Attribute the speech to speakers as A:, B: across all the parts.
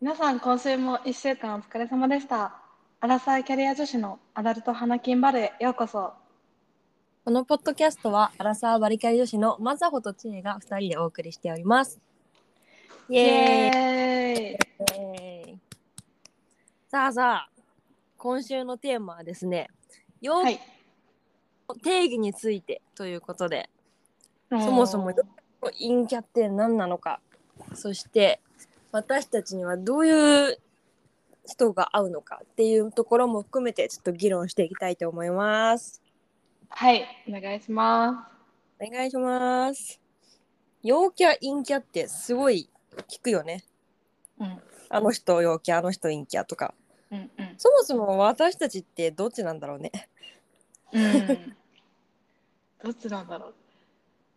A: 皆さん、今週も1週間お疲れ様でした。アラサーキャリア女子のアダルト花金バルへようこそ。
B: このポッドキャストはアラサーバリキャリ女子のマザホとチエが2人でお送りしております。イ
A: イ
B: エーイ
A: エーイ
B: さあさあ今週のテーマはですね洋
A: は
B: 服
A: い。
B: の定義についてということで、そもそも陰キャって何なのかそして私たちにはどういう人が合うのかっていうところも含めてちょっと議論していきたいと思います。
A: はい、お願いしま
B: お願いします。陽キャ陰キャってすごい聞くよね。
A: す。うん、
B: あの人陽キャあの人陰キャとか。
A: うん、うん。
B: そもそも私たちってどっちなんだろうね。
A: うん、どっちなんだろう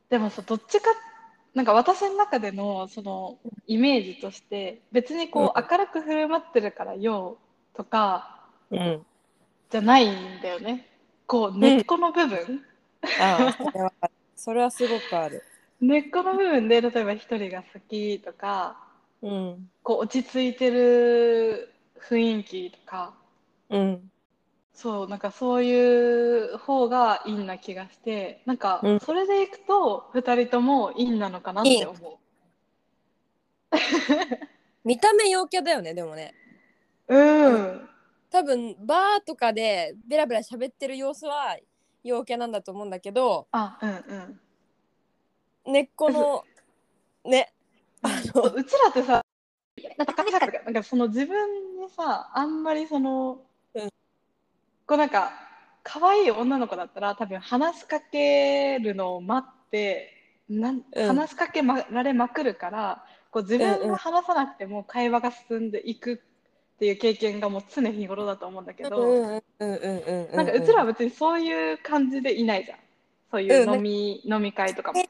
A: でもさどっちかなんか私の中でのそのイメージとして別にこう
B: うん
A: 明るく振る舞ってるからよとか
B: うん。
A: じゃないんだよねこう根っこの部分、
B: ああそれはあるそれはすごくある。
A: 根っこの部分で例えば一人が好きとか
B: うん。
A: こう落ち着いてる雰囲気とか
B: うん。
A: そうなんかそういう方がいいな気がしてなんか
B: うん
A: それでいくと2人ともいいなのかなって思
B: 見た目陽キャだよねでもね。
A: ううん
B: 多分バーとかでベラベラ喋ってる様子は陽キャなんだと思うんだけど
A: あうんうん
B: 根っこ のねあ
A: そ
B: の
A: ううちらってさなんかなんかその自分にさあんまりその、
B: うん
A: こうなんか可愛い女の子だったら多分話しかけるのを待ってなん
B: うん
A: 話しかけまられまくるからこう自
B: うん
A: 分
B: うん
A: が話さなくても会話が進んでいくっていう経験がもう常日頃だと思うんだけど、
B: うんうんうんうんうんうん。
A: なんかうちらは別にそういう感じでいないじゃんそういう飲み、飲み会とかも。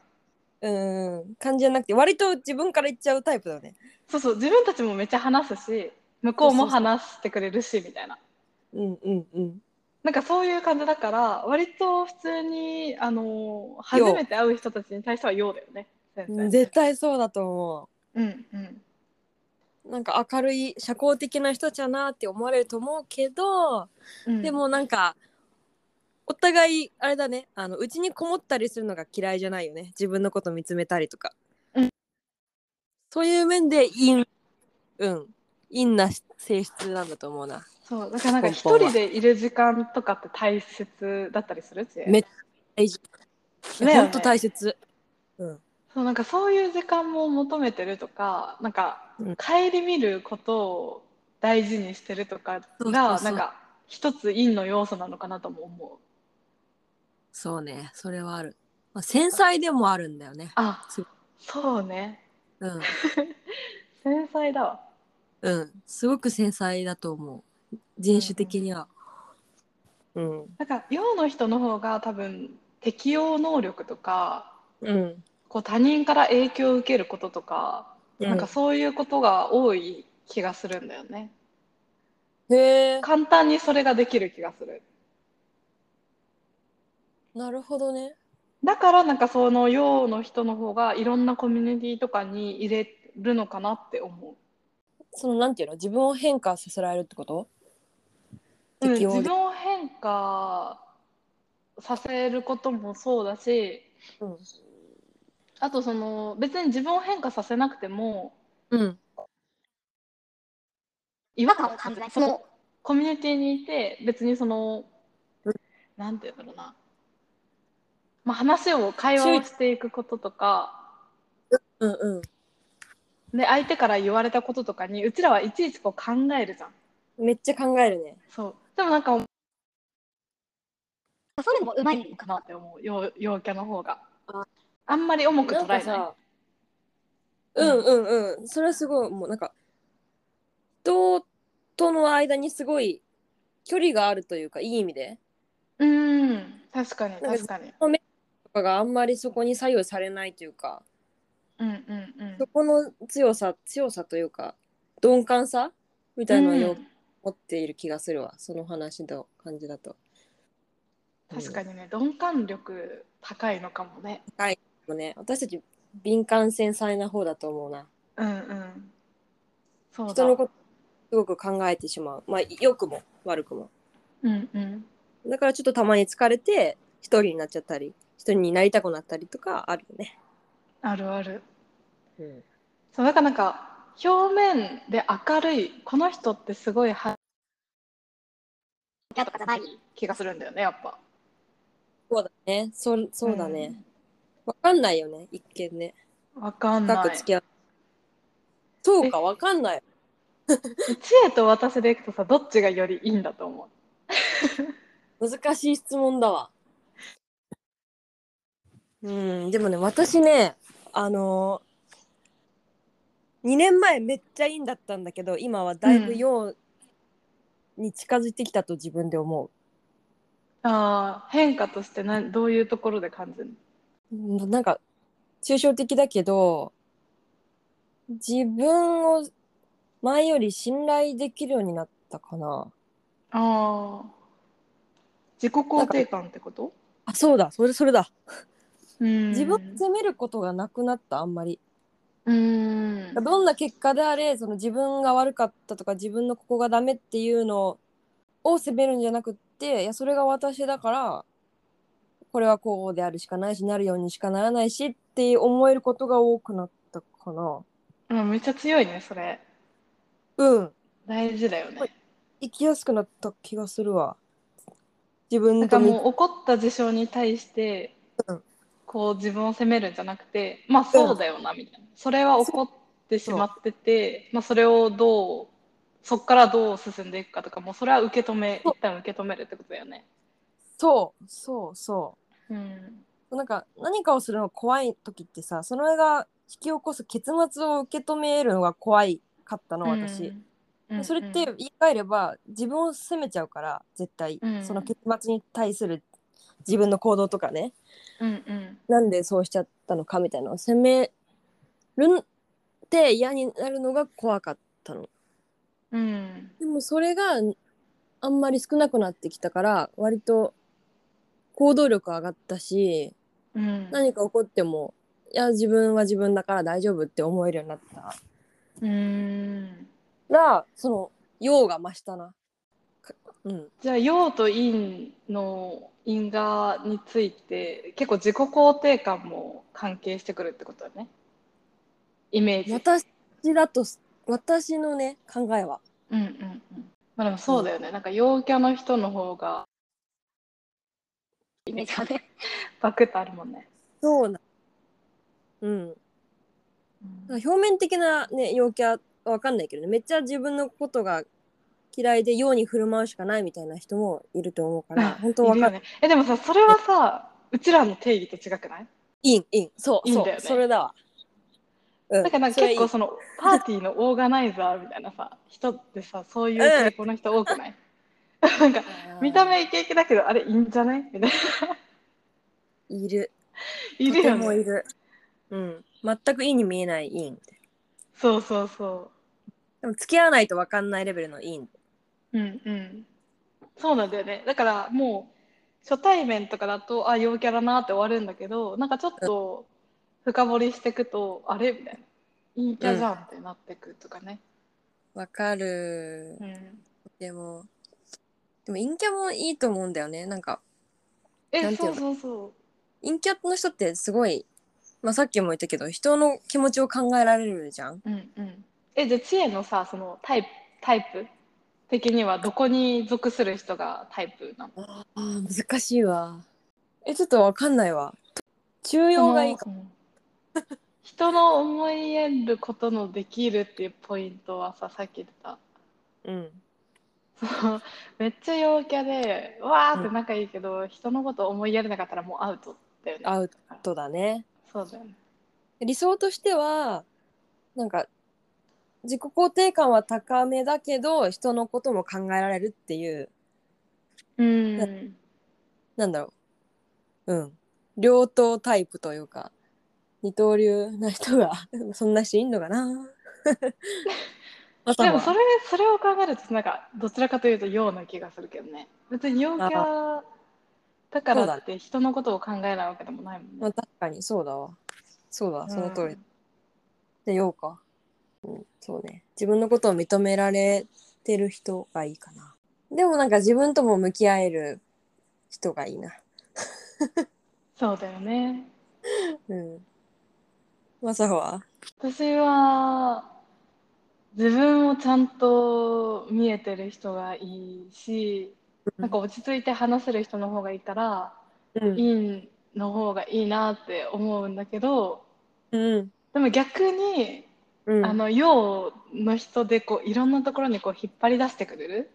B: うんうん感じじゃなくて割と自分から言っちゃうタイプだよね。
A: そうそう自分たちもめっちゃ話すし向こうも話してくれるしみたいな
B: うんうんうん。
A: なんかそういう感じだから割と普通にあのー初めて会う人たちに対してはようだよね全然
B: 絶対そうだと思
A: うんうん
B: う。なんか明るい社交的な人たちだなって思われると思うけど、
A: うん
B: でもなんかお互いあれだねあのうちにこもったりするのが嫌いじゃないよね自分のこと見つめたりとか、
A: うん
B: そういう面でインうんインな性質なんだと思うな
A: そうだからなんか
B: こんば
A: 一
B: んは
A: 人でいる時間とかって大切だったりするし
B: め大事
A: ね
B: ほんと大切、うん、
A: そうなんかそういう時間も求めてるとかなんか
B: うん
A: 顧みることを大事にしてるとか
B: そうそうそう
A: がなんか一つ陰の要素なのかなとも思う
B: そうねそれはある、まあ、繊細でもあるんだよね
A: あ
B: す
A: そうね
B: うん
A: 繊細だわ
B: うんすごく繊細だと思う人種的にはうん
A: なんか洋の人の方が多分適応能力とか
B: うん
A: こう他人から影響を受けることとか、なんかそういうことが多い気がするんだよね
B: へえ
A: 簡単にそれができる気がする
B: なるほどね
A: だからなんかその洋の人の方がいろんなコミュニティとかに入れるのかなって思う
B: そのなんていうの自分を変化させられるってこと
A: うん
B: 適応
A: 自
B: で
A: 分を変化させることもそうだし
B: うん、
A: あとその別に自分を変化させなくても
B: うん、
A: 違和感を感じないそのコミュニティにいて別にその
B: うん
A: なんていうんだろうな、まあ、話を会話をしていくこととか
B: うんうん
A: で相手から言われたこととかにうちらはいちいちこう考えるじゃん
B: めっちゃ考えるね
A: そうでもなんか
B: そういうのもう
A: うまいのかなって思う陽陽キャの方が
B: あ
A: あんまり重く捉えな
B: なんか
A: い
B: さうんうんうんそれはすごいもうなんか人との間にすごい距離があるというかいい意味で
A: うん確かに確かに
B: とかがあんまりそこに左右されないというか
A: うんうんうん
B: そこの強さ強さというか鈍感さみたいなのを持っている気がするわ、その話の感じだと。
A: うん確かにね鈍感力高いのかもね
B: もね私たち敏感繊細な方だと思うな
A: うんうんそうだ
B: 人のことすごく考えてしまうまあ良くも悪くも
A: うんうん
B: だからちょっとたまに疲れて一人になっちゃったり一人になりたくなったりとかあるよね、
A: あるあるそうだからなんか表面で明るいこの人ってすごいはやとかじゃない気がするんだよねやっぱ
B: そうだねそそうだね、わかんないよね一見ね
A: うんわかんな
B: 深く
A: い
B: 付き合うそうかわかんない
A: 知恵と私でいくとさどっちがよりいいんだと思う
B: 難しい質問だわうんでもね私ねあのー、2年前めっちゃいいんだったんだけど今はだいぶ陽に近づいてきたと自分で思う、
A: あー変化としてなどういうところで感じる
B: うんなんか抽象的だけど自分を前より信頼できるようになったかな
A: のあー自己肯定感ってこと
B: あそうだそれそれだ
A: うん
B: 自分を責めることがなくなったあんまり
A: うん
B: どんな結果であれその自分が悪かったとか自分のここがダメっていうのを責めるんじゃなくっていやそれが私だからこれはこうであるしかないしなるようにしかならないしって思えることが多くなったかな。
A: うんめっちゃ強いねそれ
B: うん
A: 大事だよね
B: 生きやすくなった気がするわ。自分
A: なん
B: と
A: か
B: 向
A: もう起こった事象に対して、
B: うん
A: こう自分を責めるんじゃなくてまあそうだよなみたいな、それは起こってしまってて、まあ、それをどうそこからどう進んでいくかとかもうそれは受け止め
B: そう
A: 一旦受け止めるってことだよね。
B: そうそうそう。
A: うん
B: なんか何かをするの怖い時ってさそれが引き起こす結末を受け止めるのが怖いかったの
A: う
B: 私。
A: ん
B: それって言い換えれば自分を責めちゃうから絶対、
A: うん
B: その結末に対する自分の行動とかね
A: うんうん
B: なんでそうしちゃったのかみたいなのを責めるんって嫌になるのが怖かったの
A: うんうん
B: でもそれがあんまり少なくなってきたから割と行動力上がったし
A: うん
B: 何か起こってもいや自分は自分だから大丈夫って思えるようになった
A: うん
B: らその用が増したな。かうん
A: じゃあ陽と陰の因果について結構自己肯定感も関係してくるってことだねイメージ。
B: 私だとす私のね考えは
A: うんうんうん。まあでもそうだよね。なんか陽キャの人の方が、イメージがね、バクッとあるもんね。
B: そうなうん表面的なね陽キャは分かんないけどねめっちゃ自分のことが嫌いで陽に振る舞うしかないみたいな人もいると思うから本当分
A: いる
B: か
A: よ
B: んない
A: ね。え、でもさ、それはさ、うちらの定義と違くない
B: いいいいそう
A: いいん
B: そう
A: だよね
B: それだわ、う
A: だからなんか
B: それい
A: 結
B: い
A: 構そのパーティーのオーガナイザーみたいなさ、人ってさ、そういう傾向の人多くない なんか見た目イケイケだけど、あれいいんじゃないみたいな。
B: いる
A: いるよ
B: とても
A: ね。
B: いるうん全くいいに見えないいい
A: そうそうそ
B: でも付き合わないと分かんないレベルのいい
A: うんうんそうなんだよねだからもう初対面とかだとあ陽キャだなって終わるんだけどなんかちょっと深掘りしていくとあれみたいな陰キャじゃんってなってくとかね、
B: わかる
A: うん、
B: でもでも陰キャもいいと思うんだよねなんかな
A: え
B: んてい
A: そうう
B: の
A: そうそ
B: 陰キャの人ってすごい、まあ、さっきも言ったけど人の気持ちを考えられるじゃん
A: ううんうんえじゃあ知恵のさそのタイプタイプ的にはどこに属する人がタイプなの
B: あ難しいわえちょっとわかんないわ中庸がいいか
A: そのうん人の思いやることのできるっていうポイントはささっき言ってた
B: うん
A: そうめっちゃ陽キャでわーって仲いいけど、人のこと思いやれなかったらもうアウトだよね
B: アウトだね
A: そうだよね
B: 理想としてはなんか自己肯定感は高めだけど人のことも考えられるっていう
A: うん
B: なんだろううん両党タイプというか二刀流な人が そんな人いんのかな
A: でもそれそれを考えるとなんかどちらかというと陽な気がするけどね別に陽キャだか
B: そ
A: ら
B: うだ
A: って人のことを考えないわけでもないもん
B: ま
A: ね
B: あ、確かにそうだわそうだその通り、
A: うん
B: でようかそうね自分のことを認められてる人がいいかなでもなんか自分とも向き合える人がいいな
A: そうだよね。
B: うんマサホは
A: 私は自分をちゃんと見えてる人がいいし、なんか落ち着いて話せる人の方がいいから、
B: うん
A: インの方がいいなって思うんだけど、
B: うん
A: でも逆に、
B: うん
A: あの陽の人でこういろんなところにこう引っ張り出してくれる。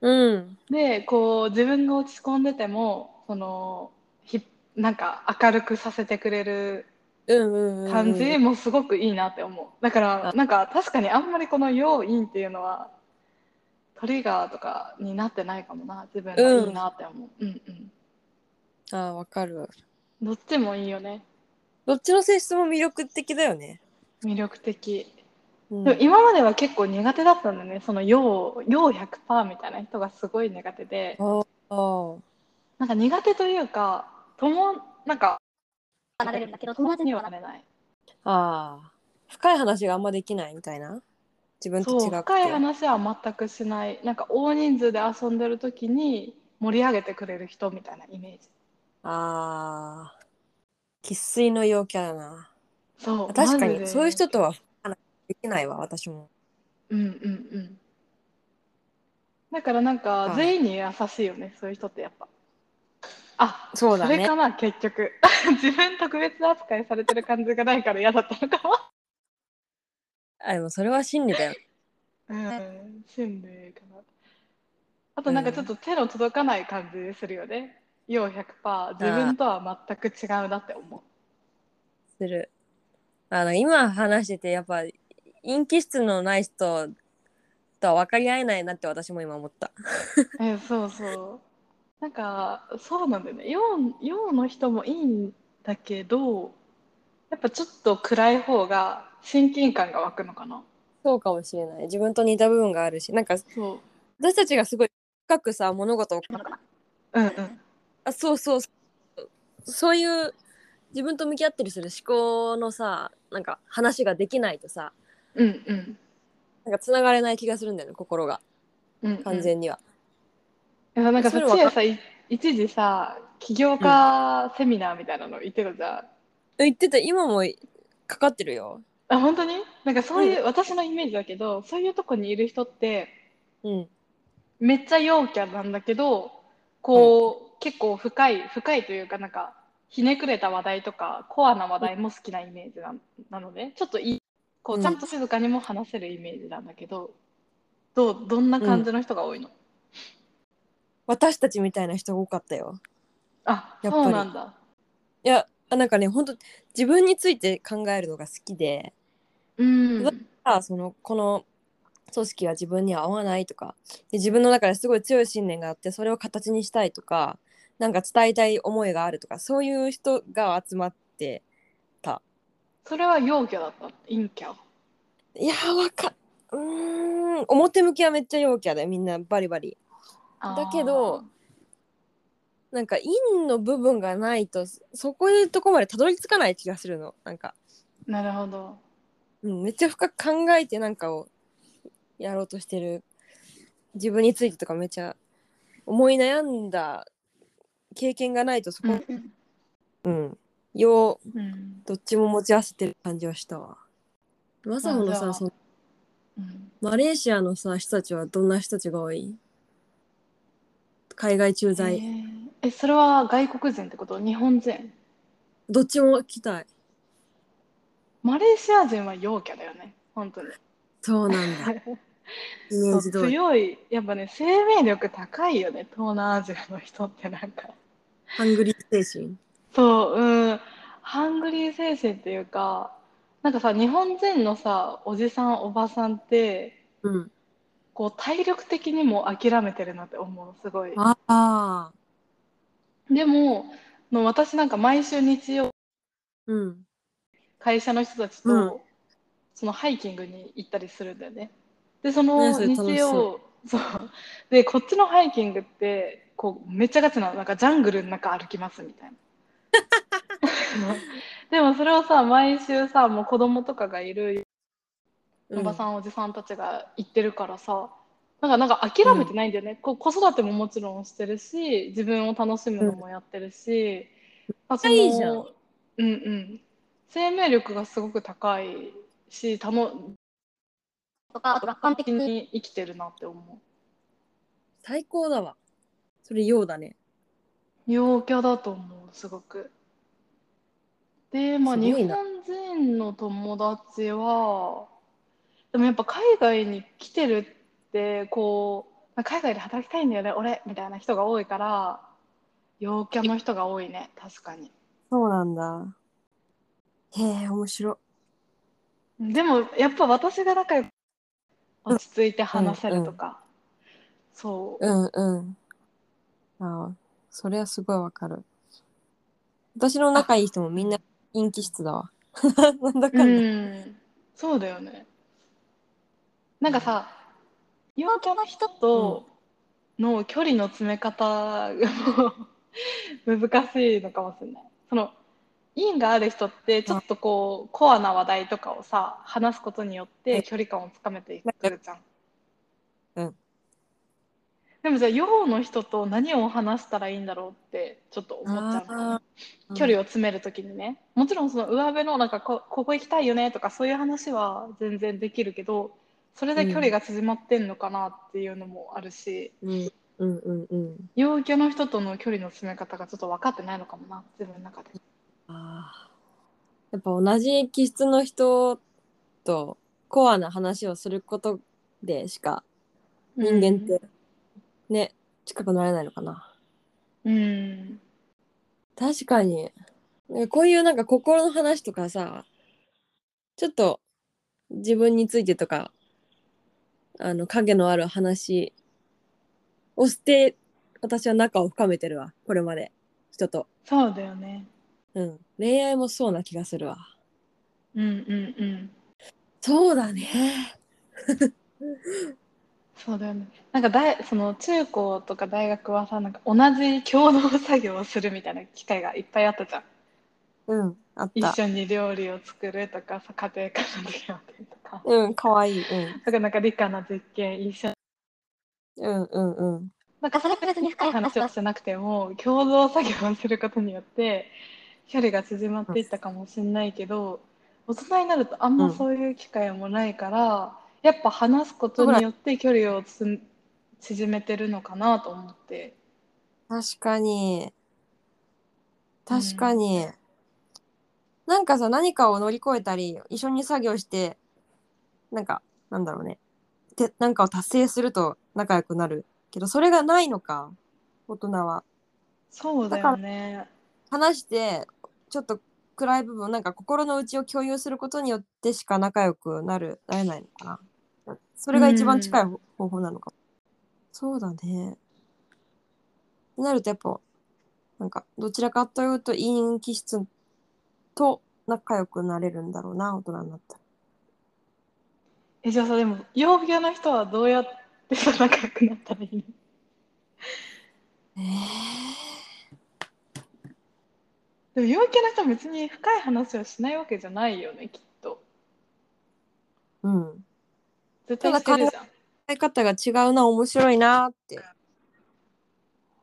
B: うん
A: で、こう自分が落ち込んでてもそのひなんか明るくさせてくれる
B: うんうんうん
A: 感じもすごくいいなって思う。だからなんか確かにあんまりこの要因っていうのはトリガーとかになってないかもな自分がいいなって思う。うんうん。
B: あーわかる
A: どっちもいいよね。
B: どっちの性質も魅力的だよね、
A: 魅力的。
B: うん
A: でも今までは結構苦手だったんだよね。その要要100%みたいな人がすごい苦手で、
B: ああ
A: なんか苦手というか友なんか
C: 離れるんだけど友達には
A: なれない。
B: あー深い話があんまできないみたいな自分と
A: そう
B: 違う
A: 深い話は全くしない。なんか大人数で遊んでる時に盛り上げてくれる人みたいなイメージ。
B: あー生粋の陽キャだな
A: そう
B: 確か
A: マジで
B: にそういう人とは話できないわ私も
A: うんうんうんだからなんか
B: はい
A: 全員に優しいよねそういう人ってやっぱあ
B: そ
A: それかな結局 自分特別扱いされてる感じがないから嫌だったのか も
B: あでもそれは心理だよ
A: うん心理かなあとなんかちょっと手の届かない感じするよね要100%自分とは全く違うなって思う
B: するあの今話しててやっぱ陰気質のない人とは分かり合えないなって私も今思った
A: えそうそうなんかそうなんだよね陽陽の人もいいんだけどやっぱちょっと暗い方が親近感が湧くのかな
B: そうかもしれない自分と似た部分があるしなんか
A: そう
B: 私たちがすごい深くさ物事を
A: うんうん
B: あそうそうそうそういう自分と向き合ったりする思考のさなんか話ができないとさ
A: うんうん
B: なんか繋がれない気がするんだよね心が
A: うんうん
B: 完全には、
A: いやなんか
B: そ
A: さ
B: れわ
A: ち
B: か
A: やさい一時さ起業家セミナーみたいなの行ってたじゃん
B: 言ってた今もかかってるよ
A: あ本当になんかそういう、私のイメージだけどそういうとこにいる人って
B: うん
A: めっちゃ陽キャなんだけどこう、結構深い深いというかなんかひねくれた話題とかコアな話題も好きなイメージななのでちょっといいこ
B: う
A: うんちゃんと静かにも話せるイメージなんだけど、どうどんな感じの人が多いの、
B: 私たちみたいな人が多かったよ
A: あ
B: やっぱり
A: そうなんだ
B: いやあなんかね本当自分について考えるのが好きで
A: うん
B: うわあそのこの組織は自分には合わないとかで自分の中ですごい強い信念があってそれを形にしたいとかなんか伝えたい思いがあるとかそういう人が集まって
A: それは陽キャだった陰キャ
B: いやーわかうーん表向きはめっちゃ陽キャでみんなバリバリ
A: あー
B: だけどなんか陰の部分がないとそこいうとこまでたどり着かない気がするのなんか、
A: なるほど
B: うん、めっちゃ深く考えてなんかをやろうとしてる自分についてとかめっちゃ思い悩んだ経験がないとそこ、
A: うん
B: うん、よう
A: うん
B: どっちも持ち合わせてる感じはしたわ。まさほの
A: じゃ
B: さ
A: あ
B: その
A: うん
B: マレーシアのさ人たちはどんな人たちが多い海外駐在、
A: えーえそれは外国人ってこと日本人
B: どっちも来たい
A: マレーシア人は陽キャだよね本当に
B: そう なんだイメージ通り
A: 強いやっぱね生命力高いよね東南アジアの人ってなんか
B: ハングリー精神
A: そううんハングリー精神っていうかなんかさ日本人のさおじさんおばさんって
B: うん
A: こう体力的にも諦めてるなって思うすごい
B: ああ
A: でもの私なんか毎週日曜
B: うん
A: 会社の人たちと、
B: うん
A: そのハイキングに行ったりするんだよね。でそ
B: ね
A: の
B: それ楽
A: 日
B: し
A: 曜そ
B: そ
A: うでこっちのハイキングってこうめっちゃガチななんかジャングルの中歩きますみ たいな。でもそれをさ毎週さもう子供とかがいる
B: うん
A: おばさん、おじさんたちが言ってるからさなんかなんか諦めてないんだよね、こう子育てももちろんしてるし自分を楽しむのもやってるし、あその
B: いいじゃん
A: うんうん生命力がすごく高いし楽
C: とか、あと楽観的に。
A: に生きてるなって思
B: 最高だわそれようだね
A: う陽キャだと思うすごくでまあ
B: すご
A: 日
B: い
A: 本
B: な
A: 人の友達はでもやっぱ海外に来てるってこう海外で働きたいんだよね俺みたいな人が多いから陽キャの人が多いね確かに
B: そうなんだへえ面白
A: でもやっぱ私が仲良く落ち着いて話せるとか、そう
B: うんうんああそれはすごいわかる私の仲いい人もみんな陰気質だわ なんだかんだ、
A: うん、そうだよねなんかさ陽キャの人との距離の詰め方がもう難しいのかもしれないその因がある人ってちょっとこうコアな話題とかをさ話すことによって距離感をつかめていくるじゃん。
B: うん
A: でもじゃあ陽の人と何を話したらいいんだろうってちょっと思っちゃうんだよね
B: あー
A: 距離を詰めるときにね、もちろんその上辺のなんかこここ行きたいよねとかそういう話は全然できるけどそれで距離が縮まってんのかなっていうのもあるし、
B: うんうんうんうん
A: 陽キャの人との距離の詰め方がちょっと分かってないのかもな自分の中で。
B: あーやっぱ同じ気質の人とコアな話をすることでしか人間って、ね近くなれないのかな
A: うん
B: 確かにねこういうなんか心の話とかさちょっと自分についてとかあの影のある話をして私は仲を深めてるわこれまで人と、
A: そうだよね。
B: うん、恋愛もそうな気がするわ
A: うんうんうん。
B: そうだね
A: そうだよね。なんか大その中高とか大学はさなんか同じ共同作業をするみたいな機会がいっぱいあったじゃん。
B: うんあっ
A: 一
B: た
A: 緒に料理を作るとかさ家庭科の授業でとか。
B: うんかわいい、うん、
A: だからなんか理科の実験一緒に
B: うんうんうん
C: なんか、それって別に深い話
A: 話を
C: は
A: してなくても共同作業をすることによって距離が縮まっていったかもしれないけど大人になるとあんまそういう機会もないから、やっぱ話すことによって距離をつん縮めてるのかなと思って。
B: 確かに
A: うん
B: 確かに、なんかさ何かを乗り越えたり一緒に作業してなんかなんだろうねてなんかを達成すると仲良くなるけどそれがないのか大人は
A: そうだよね。
B: 話してちょっと暗い部分なんか心の内を共有することによってしか仲良くなるなれないのかなそれが一番近い方方法なのかも、そうだねってなるとやっぱなんかどちらかというと陰気質と仲良くなれるんだろうな大人になったら
A: えじゃあさでも陽キャの人はどうやってさ仲良くなったらいいの
B: え
A: でも陽キャの人は別に深い話をしないわけじゃないよねきっと。
B: うん
A: 絶対してるじゃん。
B: 考え方が違うな面白いなって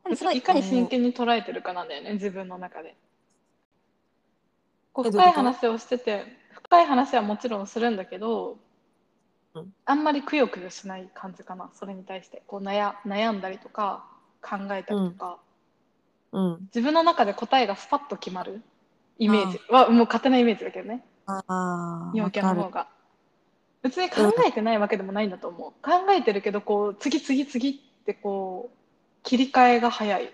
C: 面白い。
A: いかに真剣に捉えてるかなんだよね自分の中で。こう
B: えどう
A: 深
B: い
A: いう
B: こと
A: 話をしてて深い話はもちろんするんだけど、
B: うん
A: あんまりくよくよしない感じかなそれに対してこう悩悩んだりとか考えたりとか、
B: うん
A: 自分の中で答えがスパッと決まるイメージはもう勝手なイメージだけどね
B: あー
A: 陽
B: わ
A: キャ
B: か
A: の
B: る
A: 方が。別に考えてないわけでもないんだと思う。考えてるけどこう次次次ってこう切り替えが早い。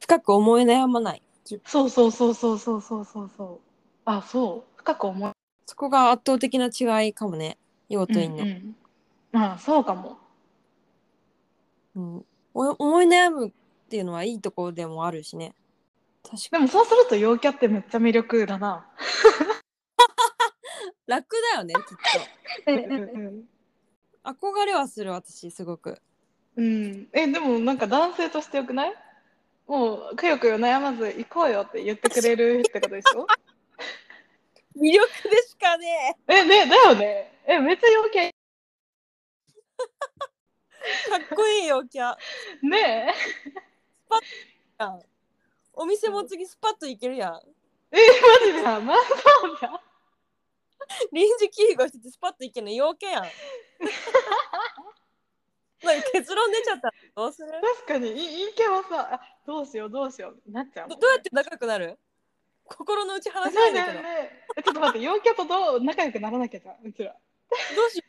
B: 深く思い悩まない
A: そうそうそうそうそうそうそうそう。あ、そう。深く思う。
B: そこが圧倒的な違いかもね陽と陰の、
A: うんうん、あ、そうかも。
B: うん、お思い悩むっていうのはいいところでもあるしね確
A: で
B: か
A: もそうすると陽キャってめっちゃ魅力だな。
B: 楽だよねきっ
C: う
A: うんん
C: うん
B: と憧れはする私すごく
A: うん。え、でもなんか男性としてよくないもうくよくよ悩まず行こうよって言ってく れるってことでしょ
B: 魅力でしかね
A: え、ね、だよね。え、めっちゃ陽キャ
B: っこいいよキャ
A: ね
B: お店も次スパッと行けるやん
A: え。え、マジであ、まあそうだ。
B: 臨時休業しててスパッと行けるの陽キャ やんなんか結論出ちゃったらどうする
A: 確かに、い陰キャはさ、あどうしようどうしようなっちゃうもん
B: ど
A: ね。
B: どうやって仲良くなる心の内
A: 話
B: 話せない
A: せ
B: ん
A: ない
B: だけ
A: よ
B: ど
A: ね。えちょっと待って、陽キャとどう仲良くならなきゃじゃん、うちら。
B: どうしよ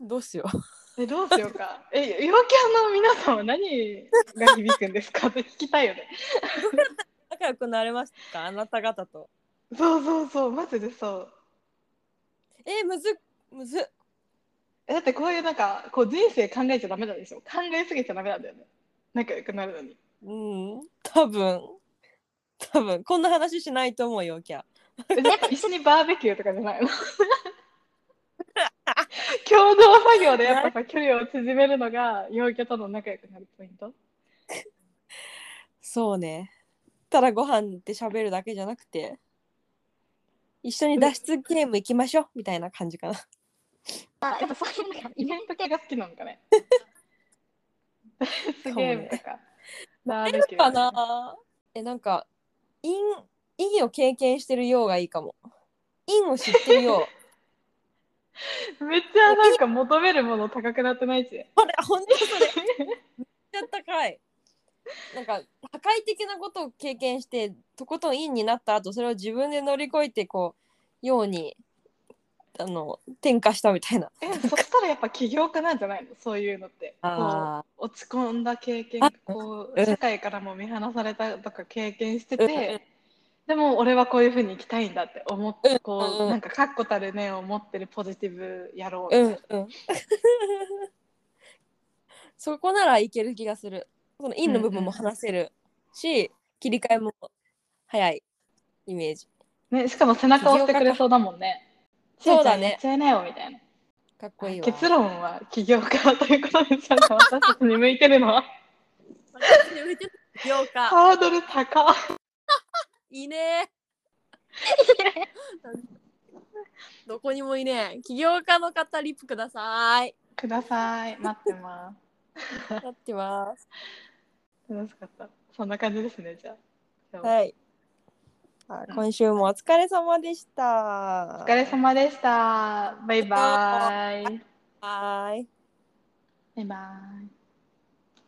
B: うどうしよう
A: え、どうしようか。え、陽キャの皆さんは何が響くんですかって 聞きたいよね。
B: 仲良くなれましたかあなた方と
A: そうそうそう、マジでそう。
B: えーむずむず
A: えだってこういうなんか、こう人生考えちゃダメなんでしょ。考えすぎちゃダメなんだよね。仲良くなるのに。
B: うん多分多分こんな話しないと思うよキャ
A: えなんか一緒にバーベキューとかじゃないの 共同作業でやっぱさ距離を縮めるのが陽キャとの仲良くなるポイント
B: そうねただご飯って喋るだけじゃなくて一緒に脱出ゲーム行きましょうみたいな感じかな
C: あやっぱそういうのが
A: イベント系が好きなのかね ゲームとかバーベキュー
B: かなえなんか陰意義を経験してるようがいいかも陰を知ってるよう
A: めっちゃなんか求めるもの高くなってないし
B: これ本当それめっちゃ高いなんか破壊的なことを経験してとことん陰になった後それを自分で乗り越えてこうようにあの転化したみたいな
A: えそしたらやっぱ起業家なんじゃないのそういうのってこ
B: あ
A: う落ち込んだ経験
B: あ
A: こ
B: う
A: うん社会からも見放されたとか経験して
B: うんうん
A: てでも俺はこういうふうに生きたいんだって思っ
B: うんう
A: て
B: ん
A: こうなんか確固たる念を持ってるポジティブ野郎
B: うんうん そこならいける気がするその陰の部分も話せるし、切り替えも早いイメージ
A: ねしかも背中を押してくれそうだもんね
B: そうだ
A: ち
B: ね
A: ーちゃんやっちゃいなよみたいな
B: かっこいいわ
A: 結論は起業家ということでちゃんと私たちに向いてるのは
B: 了解
A: ハードル高
B: い いねどこにもいねえ起業家の方リップください
A: ください待ってま
B: 待ってます
A: す楽しかったそんな感じですねじゃあ今日は
B: はいあ今週もお疲れ様でした
A: お疲れ様でした。バイバイ。
B: はい
A: バイバイ。